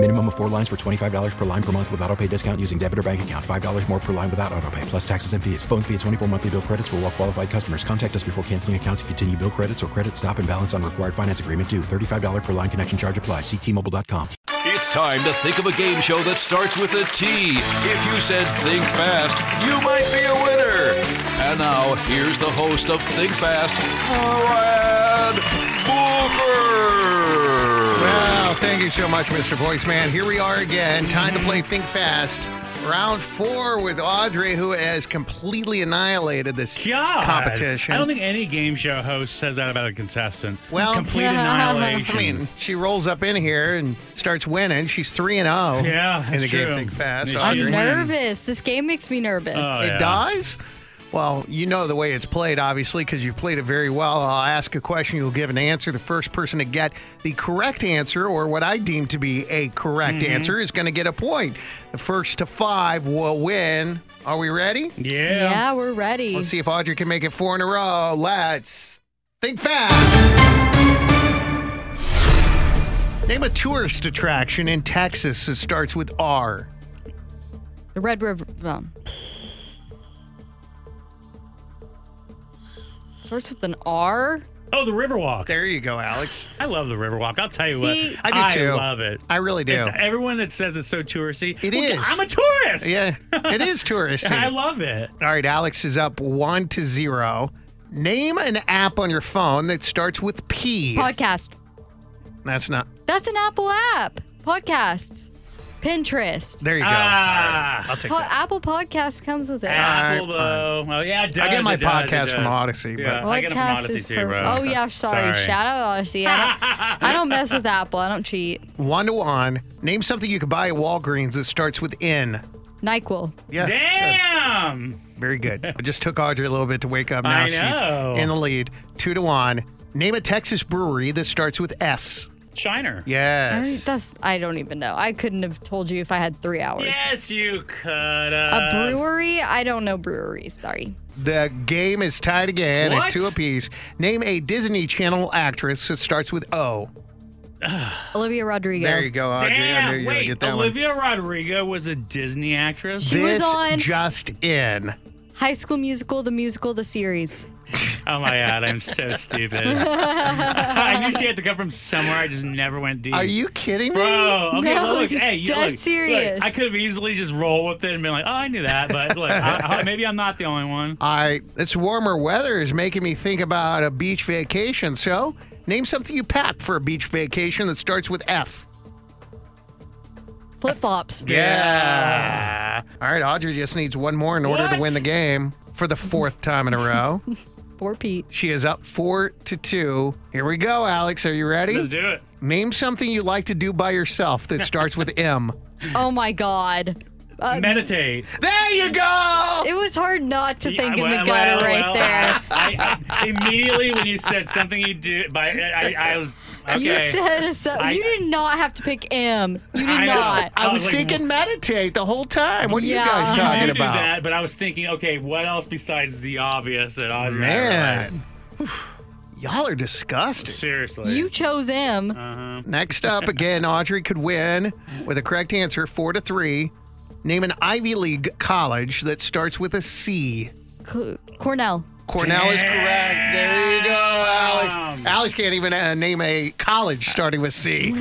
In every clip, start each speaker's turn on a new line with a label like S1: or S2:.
S1: Minimum of four lines for $25 per line per month with auto pay discount using debit or bank account. $5 more per line without auto pay, plus taxes and fees. Phone fee at 24 monthly bill credits for all well qualified customers. Contact us before canceling account to continue bill credits or credit stop and balance on required finance agreement due. $35 per line connection charge apply. Ctmobile.com.
S2: It's time to think of a game show that starts with a T. If you said think fast, you might be a winner. And now, here's the host of Think Fast, Brad Booker.
S3: Well, Oh, thank you so much, Mr. Voiceman. Here we are again. Time to play Think Fast. Round four with Audrey, who has completely annihilated this
S4: God.
S3: competition.
S4: I don't think any game show host says that about a contestant.
S3: Well-
S4: complete annihilation.
S3: I mean, she rolls up in here and starts winning. She's 3 and 0
S4: Yeah,
S3: in
S4: that's
S3: the game
S4: true.
S3: Think Fast.
S4: Yeah,
S3: Audrey,
S4: she's
S5: I'm
S4: Win.
S5: nervous. This game makes me nervous.
S4: Oh,
S3: it
S4: yeah.
S3: dies? Well, you know the way it's played, obviously, because you played it very well. I'll ask a question, you'll give an answer. The first person to get the correct answer, or what I deem to be a correct
S4: Mm-hmm.
S3: answer, is going to get a point. The first to five will win. Are we ready?
S5: yeah.
S4: yeah.
S5: we're ready.
S3: Let's see if Audrey can make it four in a row. Let's think fast. Name a tourist attraction in Texas that starts with R.
S5: The Red River. Um, starts with an R.
S4: Oh, the Riverwalk.
S3: There you go, Alex.
S4: I love the Riverwalk. I'll tell you
S5: See?
S4: what.
S3: I do too.
S4: love it.
S3: I really do.
S4: It's- everyone that says it's so touristy.
S3: It
S4: It
S3: is.
S4: I'm a tourist.
S3: Yeah, it is touristy.
S4: I love it.
S3: All right, Alex is up one to zero. Name an app on your phone that starts with P.
S5: Podcast.
S3: That's not.
S5: That's an Apple app. Podcasts. Pinterest.
S3: There you go.
S4: Ah.
S3: All right, I'll take
S5: Po-
S3: that.
S5: Apple Podcast comes with it.
S4: Apple
S3: All
S4: though. Oh yeah, it does,
S3: I get my
S4: it does, it
S3: podcast from
S4: does.
S3: Odyssey, but-
S4: Yeah, I get it from
S5: Podcast
S4: Odyssey
S5: is
S4: too,
S5: per-
S4: bro.
S5: Oh yeah, sorry. Shout out Odyssey. I don't, I don't mess with Apple. I don't cheat.
S3: One to one. Name something you can buy at Walgreens that starts with N.
S5: Nyquil.
S3: Yeah.
S4: Damn.
S3: Very good. It just took Audrey a little bit to wake up. Now
S4: I know.
S3: she's in the lead. Two to one. Name a Texas brewery that starts with S.
S4: Shiner.
S5: I don't-
S3: Yes.
S5: That's I don't even know. I couldn't have told you if I had three hours.
S4: Yes, you could. Um,
S5: A brewery? I don't know breweries. Sorry.
S3: The game is tied again at
S4: What?
S3: two apiece. Name a Disney Channel actress that starts with O.
S5: Olivia Rodrigo.
S3: There you go, Audrey. I knew
S4: Damn.
S3: you were gonna
S4: Wait,
S3: get that one.
S4: Olivia Rodrigo was a Disney actress.
S5: She was
S3: this
S5: on-
S3: just in.
S5: High School Musical, the musical, the series.
S4: oh my god, I'm so stupid. I knew she had to come from somewhere. I just never went deep.
S3: Are you kidding me?
S4: Bro, okay,
S5: No,
S4: look, hey, you
S5: dead
S4: look,
S5: serious.
S4: look, I could have easily just roll with it and been like, oh, I knew that, but look, I, I- maybe I'm not the only one.
S3: I this warmer weather is making me think about a beach vacation. So, name something you pack for a beach vacation that starts with F.
S5: Flip flops.
S3: Yeah. All right, Audrey just needs one more in order to
S4: What?
S3: win the game for the fourth time in a row.
S5: Four Pete.
S3: she is up four to two. Here we go, Alex. Are you
S4: Let's
S3: ready?
S4: do it.
S3: Name something you like to do by yourself that starts with M.
S5: Oh my God. Uh,
S4: Meditate.
S3: There you go.
S5: it was hard not to think
S4: Yeah,
S5: in the
S4: well,
S5: gutter
S4: well,
S5: right
S4: well,
S5: there.
S4: I, I, immediately when you said something you do, by I, I, I was uh, okay.
S5: You said a so-
S4: I-
S5: You did not have to pick M. You did
S4: I know.
S5: not.
S3: I
S4: I
S3: was
S4: was like,
S3: thinking meditate the whole time. What are
S5: Yeah.
S3: you guys
S5: You
S3: talking
S4: you
S3: about?
S4: do that, but I was thinking, okay, what else besides the obvious that I
S3: Man, y'all are disgusting.
S4: Seriously.
S5: You chose M.
S4: Uh.
S3: Next up, again, Audrey could win with a correct answer, four to three. Name an Ivy League college that starts with a C.
S5: Cl- Cornell.
S3: Cornell is correct. There you go, Alex.
S4: Damn.
S3: Alex can't even uh, name a college starting with C.
S4: what?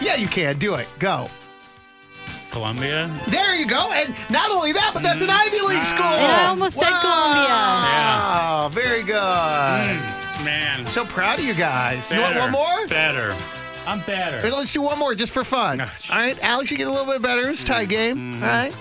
S3: yeah, you can. Do it. Go.
S4: Columbia?
S3: There you go. And not only that, but that's an Ivy League school.
S5: And I almost said Columbia.
S3: Wow. Very good.
S4: Man.
S3: So proud of you guys. You want
S4: Mm. Better.
S3: one more?
S4: Better. I'm
S3: All
S4: better.
S3: right, let's do one more just for fun. All
S4: Gosh.
S3: right, Alex, you get a little bit better. It's a
S4: Mm-hmm.
S3: tie game. All right.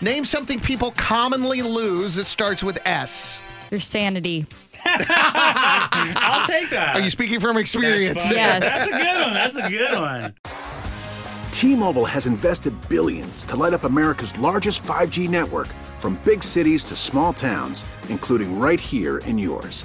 S3: Name something people commonly lose that starts with S.
S5: Your sanity.
S4: I'll take that.
S3: Are you speaking from experience?
S4: Uh, That's fine.
S5: Yes.
S4: That's a good one. That's a good one.
S6: T-Mobile has invested billions to light up America's largest 5G network from big cities to small towns, including right here in yours.